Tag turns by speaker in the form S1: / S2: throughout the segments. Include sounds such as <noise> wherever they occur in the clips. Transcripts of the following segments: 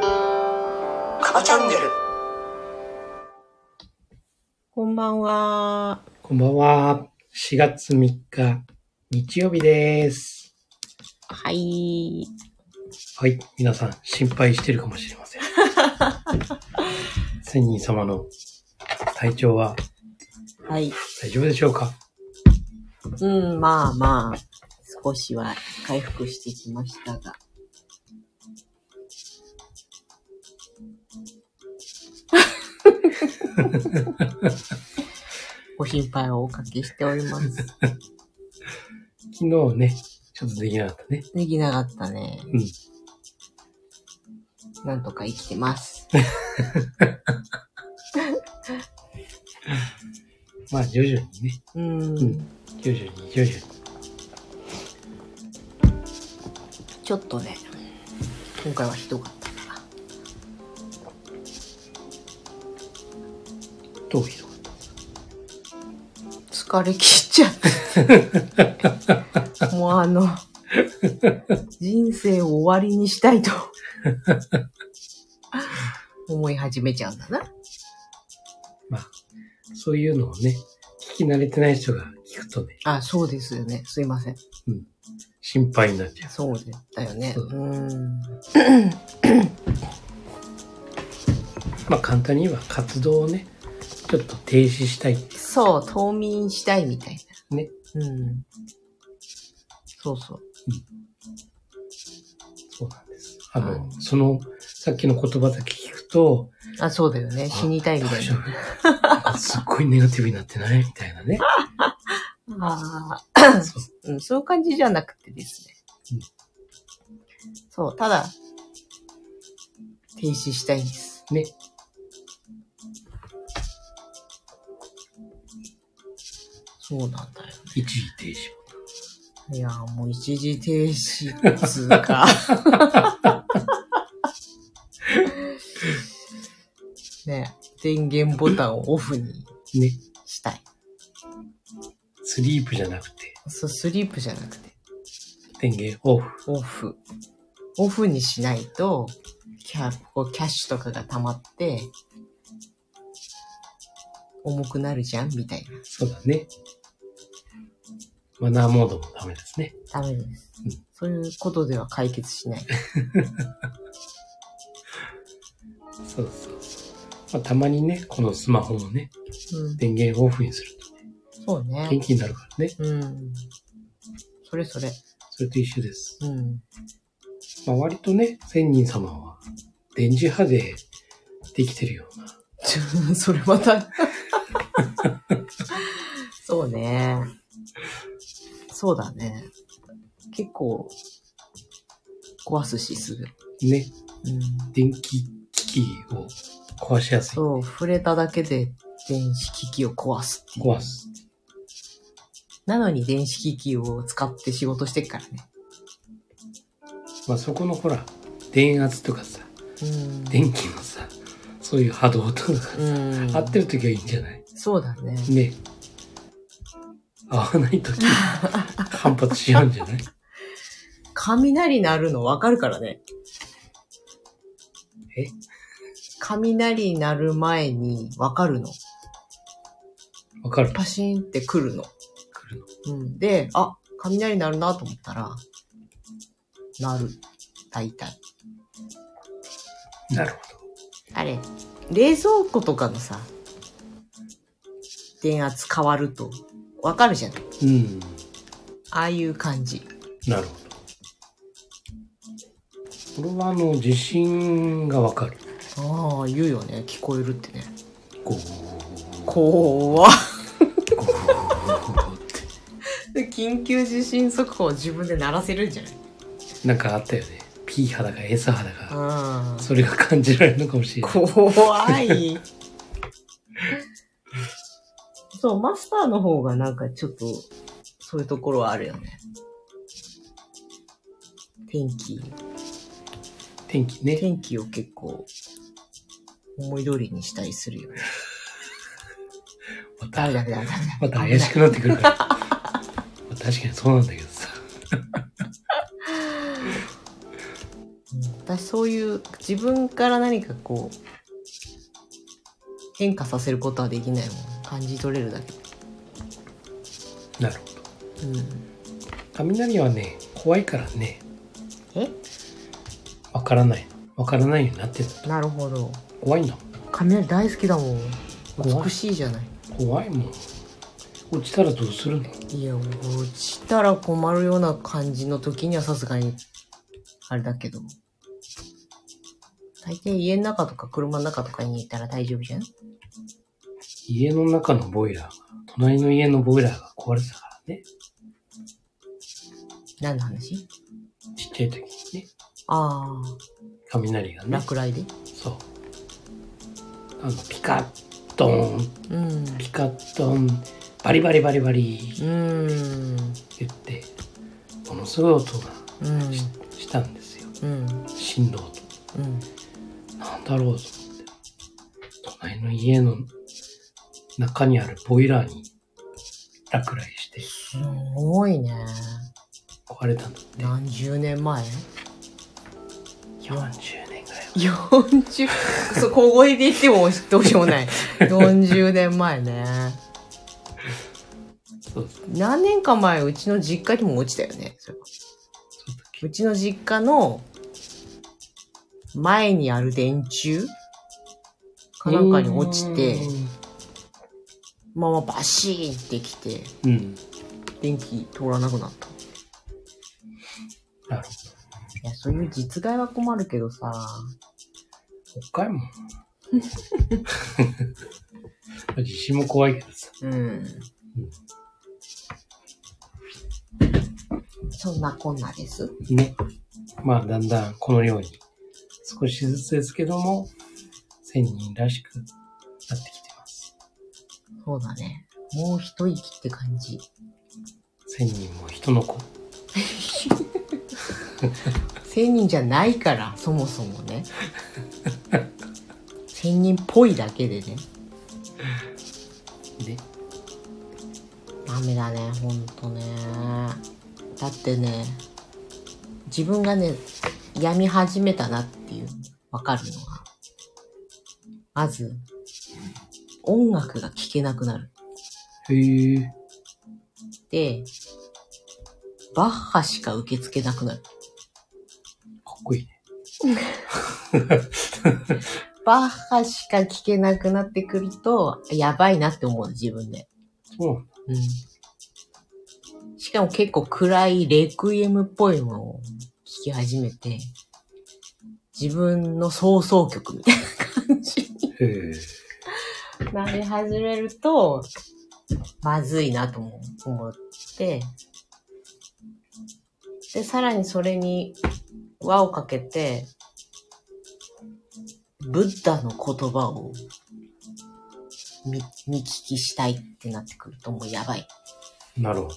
S1: カバチャンネル
S2: こんばんは。
S3: こんばんは。4月3日、日曜日です。
S2: はい。
S3: はい。皆さん、心配してるかもしれません。仙人様の体調は
S2: はい。
S3: 大丈夫でしょうか
S2: うん、まあまあ、少しは回復してきました <laughs> が。ご心配をおかけしております。
S3: 昨日ね、ちょっとできなかったね。
S2: できなかったね。
S3: うん。
S2: なんとか生きてます。
S3: まあ、徐々にね、
S2: うん。
S3: 徐々に、徐々に。
S2: ちょっとね、今回はひどかったから。
S3: どうひどかった
S2: 疲れ切っちゃって。 <laughs> もうあの、人生を終わりにしたいと <laughs> 思い始めちゃうんだな。
S3: まあ、そういうのをね、聞き慣れてない人が聞くとね、
S2: あ、そうですよね。すいません。
S3: 心配になっちゃう。
S2: そうだよね。
S3: そう
S2: うん。
S3: まあ、簡単に言えば活動をね、ちょっと停止したい。
S2: そう、冬眠したいみたいな。
S3: ね。
S2: うん。そうそう。
S3: そうなんです。あの、
S2: は
S3: その、さっきの言葉だけ聞くと、
S2: あ、そうだよね。死にたいみたい
S3: 大丈
S2: な。
S3: 夫。 <laughs> すっごいネガティブになってないみたいなね。
S2: あ
S3: そう
S2: あ、うん、そういう感じじゃなくてですね。
S3: うん
S2: そう、ただ、停止したいんです。
S3: ね。
S2: そうなんだよ
S3: 一時停止。
S2: ね。いやー、もう一時停止っつう
S3: <laughs>
S2: か。ね電源ボタンをオフに
S3: ね。
S2: したい。
S3: スリープじゃなくて、
S2: そう、スリープじゃなくて、
S3: 電源オフ。
S2: オフ。オフにしないと、キャこうキャッシュとかが溜まって、重くなるじゃんみたいな。
S3: そうだね。マナーモードもダメですね。
S2: ダメです
S3: うん。
S2: そういうことでは解決しない。
S3: そうそうそう。まあ、たまにね、このスマホもね、
S2: うん、
S3: 電源オフにする
S2: そうね。
S3: と元気になるからね。
S2: うん。それそれ。
S3: それと一緒です。
S2: うん。
S3: まあ、割とね、仙人様は、電磁波でできてるような。
S2: ちょ <laughs> それまた。 <laughs> そうね。そうだね。結構、壊すし、すぐ。
S3: ね、
S2: うん。
S3: 電気機器を壊しやすい。
S2: そう、触れただけで電子機器を壊すっていう。
S3: 壊。す。
S2: なのに電子機器を使って仕事してっからね。
S3: まあ、そこのほら、電圧とかさ、
S2: うん。
S3: 電気のさそういう波動とかが
S2: うん。
S3: 合ってる時はいいんじゃない
S2: そうだね。
S3: ね合わない時反発し合うんじゃない
S2: 雷鳴るのわかるからね。
S3: え
S2: 雷鳴る前にわかるの。
S3: わかる
S2: パシーンって来るの。
S3: 来るの
S2: うん。で、あ、雷鳴るなと思ったら、鳴る。大体。
S3: なるほ
S2: あれ、冷蔵庫とかのさ、電圧変わると、わかるじゃない
S3: どうん
S2: ああいう感じ。
S3: なるほどこれはあの地震がわかる
S2: ああ、言うよね。聞こえるってね。
S3: ゴー
S2: 怖っ。
S3: ゴーっ
S2: 緊急地震速報を自分で鳴らせるんじゃない
S3: てなんかあったよね P 肌が S 肌が
S2: うん。
S3: それが感じられるのかもしれない
S2: 怖い。そう、マスターの方がなんかちょっと、そういうところはあるよね。天気、
S3: 天気ね
S2: 天気を結構、思い通りにしたりするよね。
S3: ま
S2: ダ
S3: た
S2: メ、ダメダメダメ。
S3: また怪しくなってくるから。まあ確かにそうなんだけどさ。
S2: 私そういう自分から何かこう変化させることはできないもん感じ取れるだけ
S3: なるほど。
S2: うん
S3: 雷はね、怖いからね、
S2: え
S3: わからないの。わからないようになってる。
S2: なるほど
S3: 怖いんだもん。
S2: 雷大好きだもん
S3: 怖い
S2: 美しいじゃない
S3: 怖いもん落ちたらどうするの
S2: いや落ちたら困るような感じの時にはさすがにあれだけど大抵家の中とか車の中とかにいたら大丈夫じゃん
S3: 家の中のボイラーが隣の家のボイラーが壊れてたからね
S2: 何の話
S3: ちっちゃい時にね
S2: ああ
S3: 雷がね
S2: 落雷で
S3: そうあのピカッドン
S2: うんう
S3: ピカッドンバリバリバリバリ
S2: ーん
S3: 言ってものすごい音が
S2: うん
S3: ししたんですよ
S2: うん
S3: 振動と
S2: うん
S3: なんだろうと思って隣の家の中にあるボイラーに落雷して
S2: すごいね。
S3: 壊れたんだって
S2: 何十年前
S3: 40年ぐらい
S2: ?40、そう、小声で言ってもどうしようもない。40年前ね。
S3: そうそう
S2: 何年か前、うちの実家にも落ちたよね。それ
S3: そうだっけ
S2: うちの実家の前にある電柱かなんかに落ちて、まあまあバシーンってきて、
S3: うんうん
S2: 電気通らなくなった。い
S3: なるほ
S2: や、そういう実害は困るけどさ、
S3: ど北海も地震も怖いけどさ
S2: うん。そんなこんなです。
S3: ねまあだんだんこのように少しずつですけども千人らしくなってきてます
S2: そうだね。もう一息って感じ。
S3: 千人も人の子
S2: 千人じゃないから、そもそもね。千人っぽいだけでね。
S3: で
S2: ダメだね、ほんとね。だってね、自分がね、やみ始めたなっていう、わかるのは。まず、音楽が聴けなくなる。
S3: へえ
S2: で、バッハしか受け付けなくなる。
S3: かっこいいね
S2: バッハしか聴けなくなってくると、やばいなって思う、自分で。
S3: そうなんだ
S2: うん。しかも結構暗いレクイエムっぽいものを聴き始めて、自分の創奏曲みたいな感じ
S3: へえ
S2: になり始めると、まずいなとも思って、で、さらにそれに輪をかけて、ブッダの言葉を見見聞きしたいってなってくるともうやばい。
S3: なるほど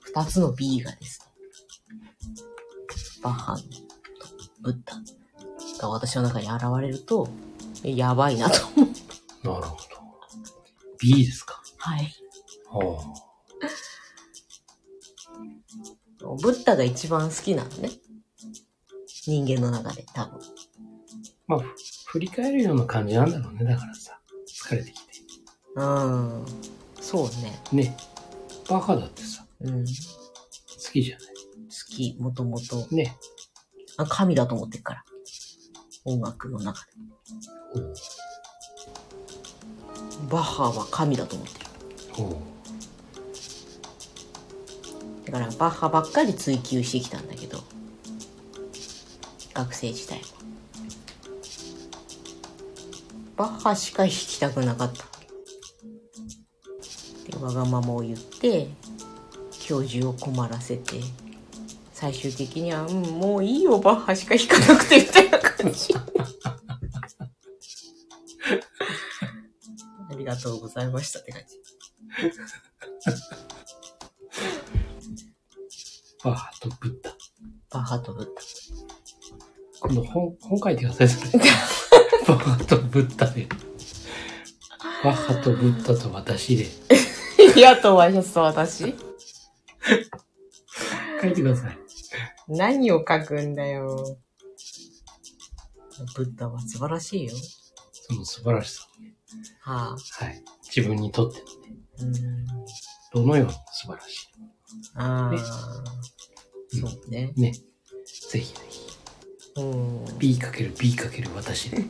S2: 二つの B がですね、バッハンとブッダが私の中に現れると、えやばいなと思う。
S3: なるほど B ですか
S2: はい。
S3: ああ
S2: ブッダが一番好きなのね。人間の中で、多分。
S3: まあ、ふ振り返るような感じなんだろうね。だからさ、疲れてきて。
S2: うん。そうね。
S3: ね。バカだってさ、
S2: うん。好
S3: 好きじゃな
S2: き、もともと。
S3: い。ね。
S2: あ神だと思ってるから。音楽の中で。
S3: おう
S2: バッハは神だと思ってる。
S3: おう
S2: だから、バッハばっかり追求してきたんだけど。学生時代は。バッハしか弾きたくなかった。で、わがままを言って、教授を困らせて、最終的には、うん、もういいよ、バッハしか弾かなくて、みたいな感 <laughs> じ。ありがとうございましたって感じ。
S3: バカとブッダ。
S2: バッハとブッダ。
S3: <laughs> 今度本、本書いてください、それ。バカとブッダで。バッハとブッダと私で
S2: <laughs> いやとワイシャツと私
S3: 書いてください。
S2: 何を書くんだよ。ブッダは素晴らしいよ。
S3: その素晴らしさをね。
S2: はあ。
S3: はい。自分にとってのね、
S2: うん。
S3: どのように素晴らし
S2: あ
S3: ね
S2: あ。そうね。
S3: い。ね。ぜひぜひ。
S2: うん。
S3: B×B× 私で。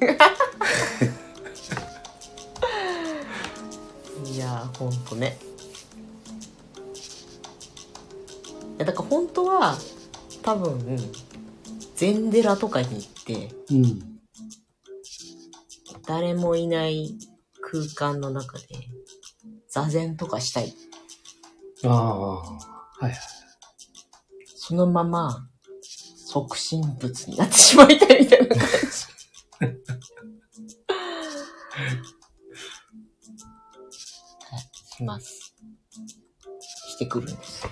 S2: いやー、ほんとね。いや、だから本当は、多分、禅寺とかに行って、
S3: うん。
S2: 誰もいない空間の中で、座禅とかしたい。
S3: ああ。はいはい。
S2: そのまま、即身仏になってしまいたいみたいな感じ。します。してくるんです。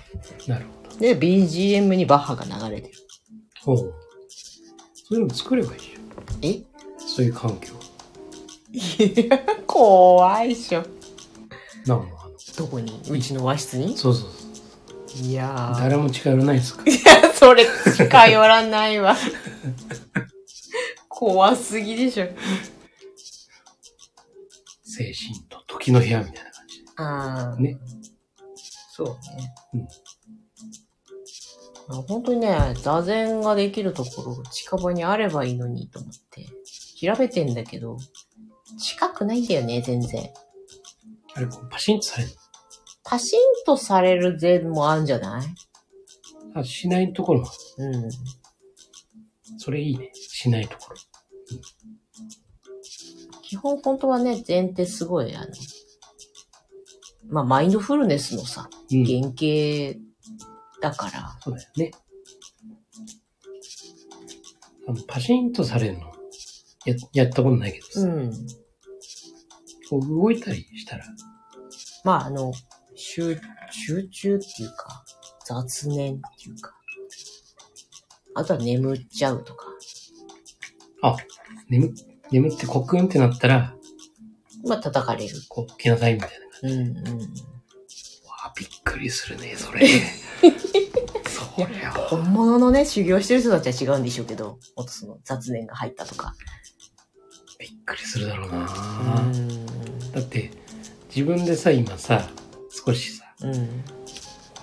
S3: なるほ
S2: で、BGM にバッハが流れてる。
S3: ど。ほう。そういうの作ればいいじゃん。
S2: え <laughs>
S3: そういう環境。
S2: 怖いっしょ。
S3: なんもあの。
S2: どこにうちの和室に
S3: そうそうそう。
S2: いやー。
S3: 誰も近寄らないですか
S2: <laughs>
S3: ら。
S2: それ、近寄らないわ。怖すぎでしょ。
S3: 精神と時の部屋みたいな感じで。
S2: ああ。
S3: ね。
S2: そうね。
S3: うん
S2: あ本当にね、座禅ができるところ、近場にあればいいのにと思って、調べてんだけど、近くないんだよね、全然。
S3: あれ、こうパシンとされる
S2: パシンとされる禅もあるんじゃない
S3: あ、しないところもある
S2: うん。
S3: それいいね。しないところ。
S2: 基本本当はね、禅ってすごい、あの、まあ、マインドフルネスのさ、
S3: うん。
S2: 原型だから、
S3: そうだよね。あの、パシンとされるの、や、やったことないけどさ、
S2: うん。
S3: こう動いたりしたら、
S2: まあ、あの、集、集中っていうか、雑念っていうか、あとは眠っちゃうとか、
S3: 眠、眠ってコクンってなったら、
S2: まあ、叩かれる。
S3: こう、来なさいみたいな感
S2: うんうん。
S3: じ。わあ、びっくりするね、そ
S2: <laughs>
S3: れ。そりゃあ、
S2: 本物のね、修行してる人たちは違うんでしょうけど、もっとその雑念が入ったとか。
S3: びっくりするだろう
S2: う
S3: な、
S2: ん。
S3: だって、自分でさ、今さ、少しさ、
S2: うん。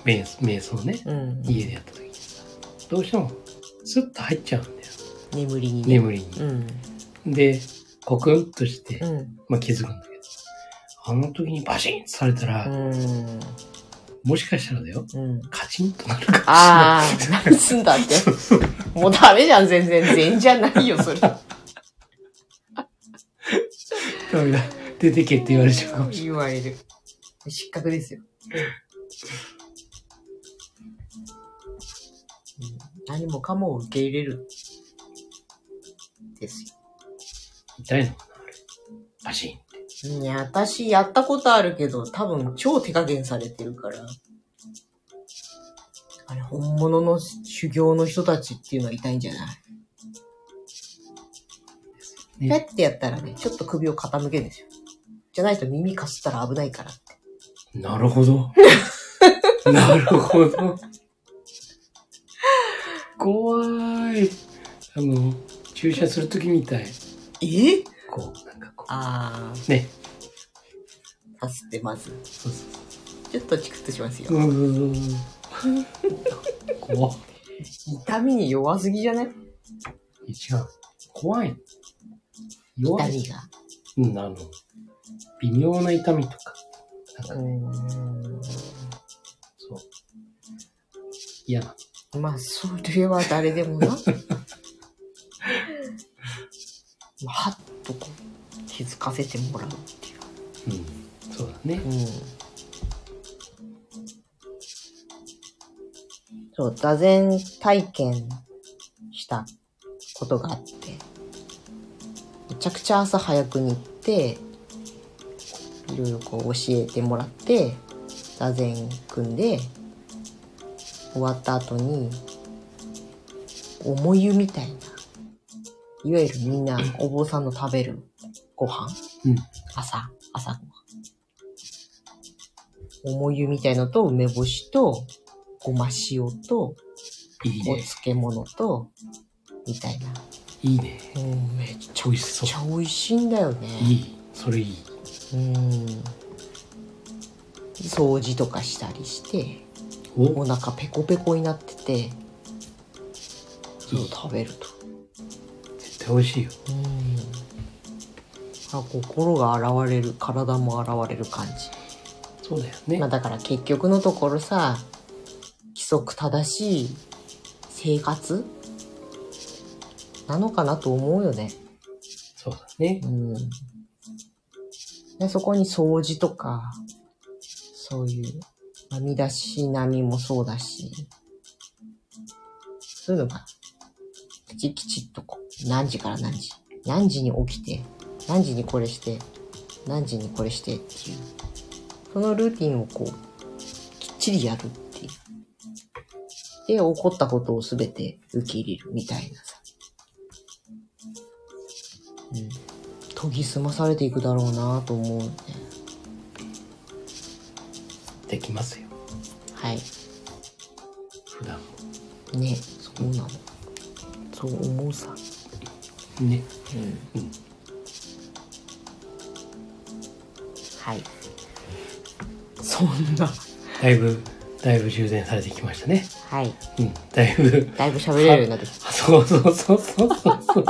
S3: 瞑瞑想ね、
S2: うん。
S3: 家でやった時にさ、どうしても、スッと入っちゃうんだよ。
S2: 眠りにね。
S3: 眠りに。
S2: うん。
S3: で、コクンとして、
S2: うん。
S3: まあ、気づくんだけど、あの時にバシンとされたら、
S2: うん。
S3: もしかしたらだよ、
S2: うん。
S3: カチンとなるかもしれない。
S2: ああ、何すんだって。もうダメじゃん、全然。全じゃないよ、それ。
S3: ダメだ <laughs> 出てけって言われちゃうかもし
S2: 言われる。失格ですよ。うん何もかも受け入れる。です
S3: れない。痛いのかな、あれ。バシン。
S2: よ。いや、私やったことあるけど、多分超手加減されてるから。あれ、本物の修行の人たちっていうのは痛いんじゃない
S3: ね
S2: ペッてやったらね、ちょっと首を傾けるんですよ。じゃないと耳かすったら危ないからって。
S3: なるほ <laughs> ど。なるほど。怖い。あの、注射するときみたい。
S2: え
S3: こう、なんかこ
S2: あ
S3: う。ね。
S2: ー、さすってまず。
S3: そうそう
S2: ちょっとチクッとしますよ。
S3: そう。うんうんうん。怖い。
S2: 痛みに弱すぎじゃない
S3: 違う。怖い。弱
S2: 痛
S3: い。
S2: みが。
S3: うん、あの、微妙な痛みとか、なんか
S2: う
S3: そう。嫌な。
S2: ーん。まあ、それは誰で <laughs> もな。はっとこう、気づかせてもらうっていう。
S3: うん。そうだね。
S2: うん。そう、座禅体験したことがあって、めちゃくちゃ朝早くに行って、いろいろこう教えてもらって、座禅組んで、終わった後に、重湯みたいな、いわゆるみんなお坊さんの食べるご飯
S3: うん
S2: 朝、朝ごはん。おもゆみたいのと、梅干しと、ごま塩と、
S3: いい
S2: お
S3: ね。
S2: 漬物と、みたいな。
S3: いいね。
S2: うん、めっち
S3: 美味しそう
S2: ゃ。美味しいんだよね。
S3: いい。それいい。
S2: うん。掃除とかしたりして、お
S3: お
S2: 腹ペコペコになってて、それ
S3: い
S2: を
S3: い
S2: 食べると。
S3: 絶対美味しいよ。
S2: うん。あ、心が現れる、体も現れる感じ。
S3: そうだよね。
S2: まあだから結局のところさ、規則正しい生活なのかなと思うよね。
S3: そうだね。
S2: うん。でそこに掃除とか、そういう、まあ身だしなみもそうだし、そういうのが、きちきちっとこう、何時から何時、何時に起きて、何時にこれして、何時にこれしてっていう、そのルーティンをこう、きっちりやるっていう。で、起こったことをすべて受け入れるみたいなさ。うん研ぎ澄まされていくだろうなと思うね
S3: できますよ。
S2: はい
S3: 普段も。
S2: ねそうなのそう思うさ
S3: ね。
S2: うん、はいそんな
S3: だいぶ、だいぶ充電されてきましたね。
S2: はい
S3: うん。だいぶ。
S2: だいぶ喋れるようになってきた
S3: あそうそうそうそうそうそう。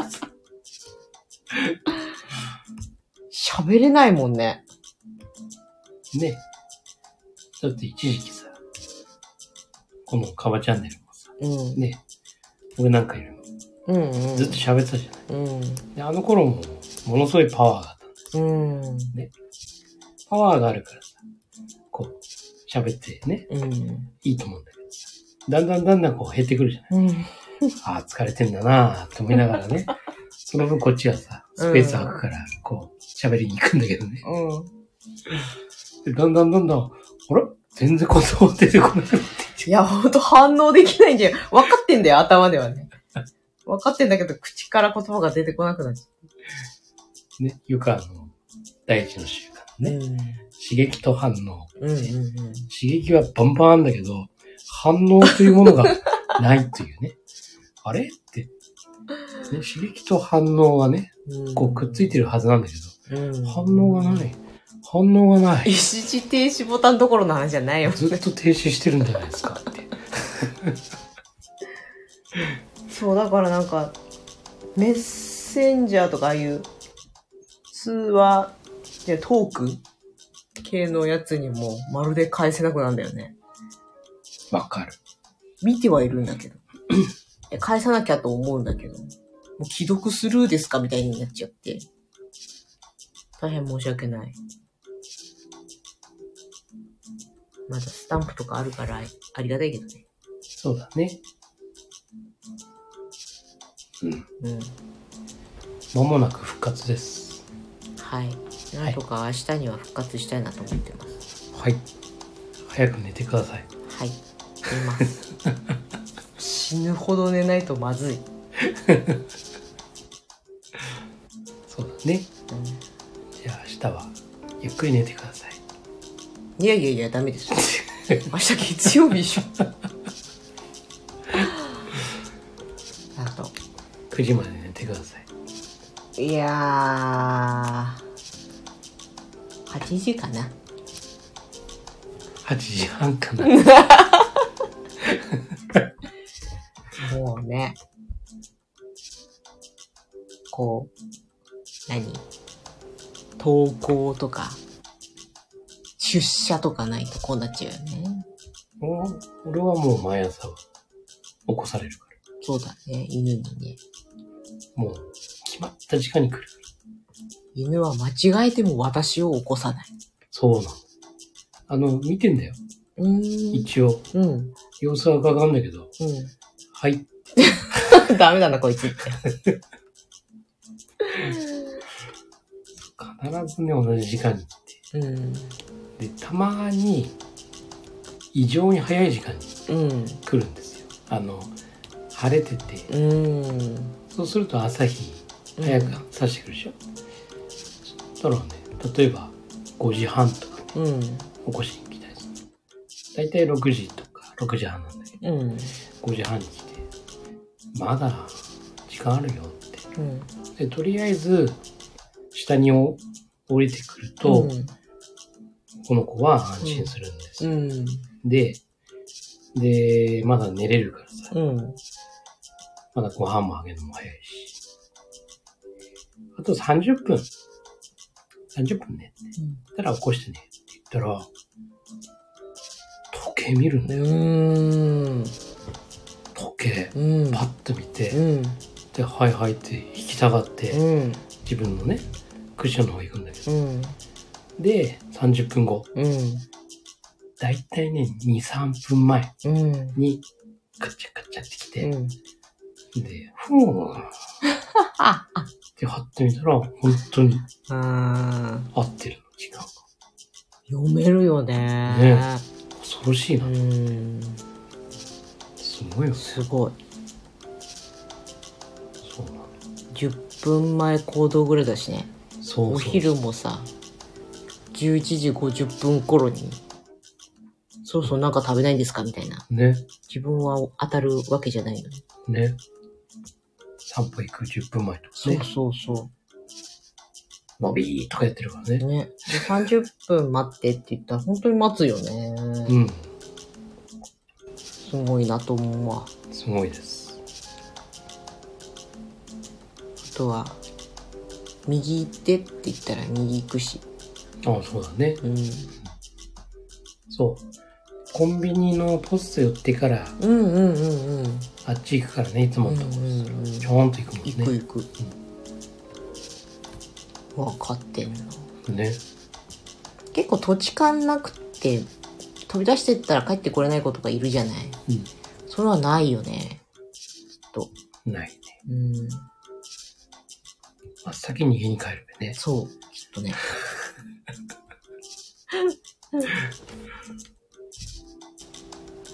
S2: 喋れないもんね
S3: ね。だって一時期さ、このカバチャンネルもさ、
S2: うん、
S3: ね、俺なんかよりも
S2: うんうん
S3: ずっと喋ってたじゃない。
S2: うん
S3: で、あの頃もものすごいパワーがあった。
S2: うん
S3: パワーがあるからさ、こう、喋ってね、
S2: うん
S3: いいと思うんだけどさ、だんだんだんだんこう減ってくるじゃない。
S2: うん
S3: ああ、疲れてんだなぁ、と思いなが
S2: <laughs>
S3: らね。その分こっちがさ、スペース空くから、こう、喋りに行くんだけどね。
S2: うん
S3: で、だんだんだんだん、あれ全然言葉出てこなくな
S2: <laughs>
S3: って
S2: いや、ほんと反応できないんじゃん。分かってんだよ、頭ではね。分かってんだけど、口から言葉が出てこなくなっちゃ
S3: ね、ゆかの第一の習慣
S2: う。
S3: ね。刺激と反応。
S2: うん。うんうんうん。
S3: 刺激はバンバンあんだけど、反応というものがないというね。 <laughs> あれって、ね。刺激と反応はね、こうくっついてるはずなんだけど、
S2: うん
S3: 反応がない。反応がない。
S2: 一時停止ボタンどころの話じゃないよ。
S3: ずっと停止してるんじゃないですかって。
S2: そう、だからなんか、メッセンジャーとかああいう、通話、じゃトーク系のやつにも、まるで返せなくなるんだよね。
S3: わかる。
S2: 見てはいるんだけど。え返さなきゃと思うんだけど。もう既読スルーですかみたいになっちゃって。大変申し訳ない。まだスタンプとかあるから、ありがたいけどね。
S3: そうだね。うん。
S2: うん。
S3: まもなく復活です。
S2: はい。なんとか明日には復活したいなと思ってます。
S3: はい。早く寝てください。
S2: はい。寝ます。死ぬほど寝ないとまずい。
S3: そうだね。じゃあ明日はゆっくり寝てください。
S2: いやいやいや、ダメです。明日月曜日でしょ。あと。
S3: 9時まで寝てください。
S2: いやー。8時かな。
S3: 8時半かな。
S2: もうね。こう、何投稿とか、出社とかないとこうなっちゃうよね。
S3: <laughs> お俺はもう毎朝は起こされるから。
S2: そうだね、犬にね。
S3: もう決まった時間に来る。
S2: 犬は間違えても私を起こさない。
S3: そうなの。あの、見てんだよ。
S2: うーん。
S3: 一応。
S2: うん。 <laughs>
S3: 様子は伺うんだけど。
S2: う
S3: はい。
S2: ん。ダメだな、こいつって。
S3: 必ずね、同じ時間に行っ
S2: うん。
S3: て。で、たまに、異常に早い時間に
S2: うん。
S3: 来るんですよ。あの、晴れてて。
S2: うん。
S3: そうすると朝日早くさしてくるでしょ、そしたらね例えば5時半とかね
S2: うん。
S3: 起こしに来たりする。大体6時とか6時半なんだけ
S2: うん。
S3: ど、5時半に来て、まだ時間あるよっ
S2: うん。
S3: て。で、とりあえず下にお降りてくると、この子は安心するんです
S2: う
S3: よ。
S2: ん。
S3: で、で、まだ寝れるからさ、
S2: うん。
S3: まだご飯もあげるのも早いし。あと30分。30分ね。たら起こしてね。って言ったら、時計見るん
S2: う
S3: だよ。
S2: ん。
S3: 時計。
S2: うん。
S3: パッと見
S2: う
S3: て、
S2: ん。
S3: で、はいはいって引き下がって、
S2: うん。
S3: 自分のね、クッションの方行くんだけ
S2: う
S3: ど。
S2: ん。
S3: で、30分後。
S2: うん。
S3: だいたいね、2、3分前
S2: うん。
S3: に、カチャカチャってき
S2: う
S3: て、
S2: ん。
S3: で、ふーんっ
S2: あ、
S3: て貼ってみたら、本当に
S2: あ
S3: 合ってるの、時間が。
S2: 読めるよね。
S3: 恐ろしいうな。
S2: ん。
S3: すごいよね。
S2: すごい。
S3: そうなの。
S2: 10分前行動ぐらいだしね。
S3: そうそう
S2: お昼もさ、11時50分頃に、そろそろなんか食べないんですかみたいな。
S3: ね。
S2: 自分は当たるわけじゃないのに。
S3: ね。散歩行く10分前とかね。
S2: そうそ
S3: のびーとかやってるからね。
S2: ね。で、30分待ってって言ったら本当に待つよね。
S3: うん。
S2: すごいなと思うわ。
S3: すごいです。
S2: あとは、右行ってって言ったら右行くし。
S3: ああ、そうだね。
S2: うん。
S3: そう。コンビニのポスト寄ってから、
S2: うんうんうんうん。
S3: あっち行くからね、いつものとこ
S2: うんうんうん
S3: ちょーんと行くもんね。
S2: 行く行く。分かってんな。
S3: ね。
S2: 結構土地勘なくて飛び出してったら帰ってこれない子とかいるじゃないそれはないよね
S3: うん。ないね。
S2: うん
S3: 真っ先に家に帰るべね。
S2: そうきっとね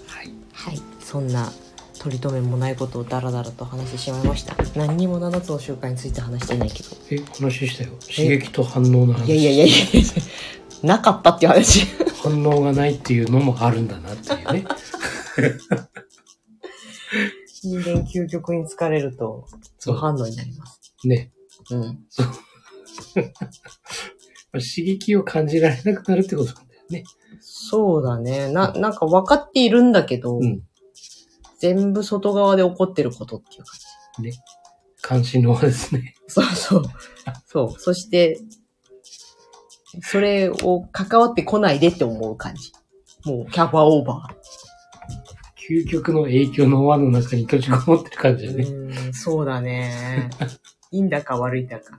S3: はい。
S2: はいそんな取り留めもないことをダラダラと話してしまいました何にも7つの習慣について話してないけど
S3: え、話したよ。刺激と反応の話。
S2: いやいやいやいやいやなかったっていう話
S3: 反応がないっていうのもあるんだなっていうね。
S2: 人間究極に疲れると
S3: そう
S2: 無反応になります
S3: ね。
S2: うん
S3: 刺激を感じられなくなるってことなんだよね。
S2: そうだねななんか分かっているんだけど、
S3: うん。
S2: 全部外側で起こってることっていうか
S3: 関心の輪ですね。 <laughs>
S2: そうそう。そう。そして、それを関わってこないでって思う感じ。もう、キャパオーバ
S3: 究極の影響の輪の中に閉じこもってる感じ
S2: ー。
S3: だね。
S2: うーん、そうだ <laughs> ね。いいんだか悪いんだか。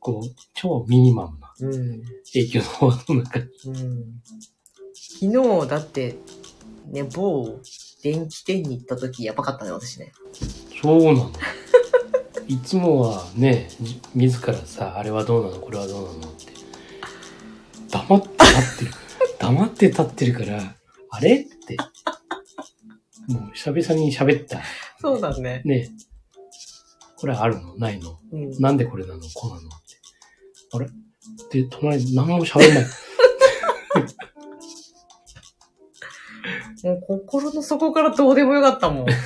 S3: こう、超ミニマムな
S2: うん。
S3: 影響の輪の中に。
S2: うん。昨日、だって、ね、某電気店に行った時やばかったね、私ね。
S3: そうな
S2: <laughs>
S3: の。いつもはね、じ自らさ、あれはどうなの、これはどうなのって。黙って立
S2: <laughs>
S3: ってる。黙って立ってるから、あれって。もう久々に喋った。
S2: そうだね。
S3: ねこれあるのないの
S2: うん。
S3: なんでこれなのこうなのって。あれで、隣に何も喋んない。
S2: もう心の底からどうでもよかったもん。 <laughs>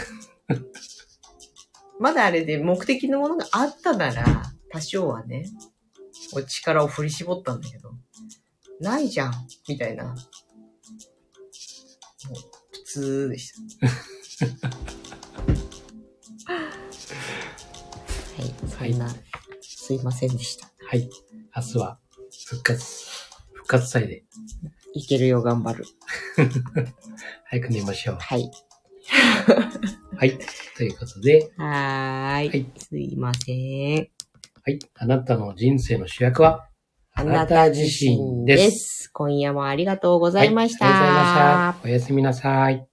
S2: まだあれで目的のものがあったなら、多少はね、お力を振り絞ったんだけど、ないじゃん、みたいな。もう、普通で <laughs> した。はい、そんな、すいませんでした。
S3: はい。明日は復活、復活祭で
S2: いけるよ、頑張る。
S3: 早く寝ましょう。
S2: はい。
S3: はい。ということで、
S2: はーい。
S3: はい
S2: すいません。
S3: はい。あなたの人生の主役は、
S2: あ
S3: あ
S2: な
S3: な
S2: た
S3: た
S2: 自
S3: 自
S2: 身
S3: 身
S2: で
S3: です
S2: す。今夜もありがとうご
S3: ご
S2: ざいました。
S3: ありがとうございました。おやすみなさい。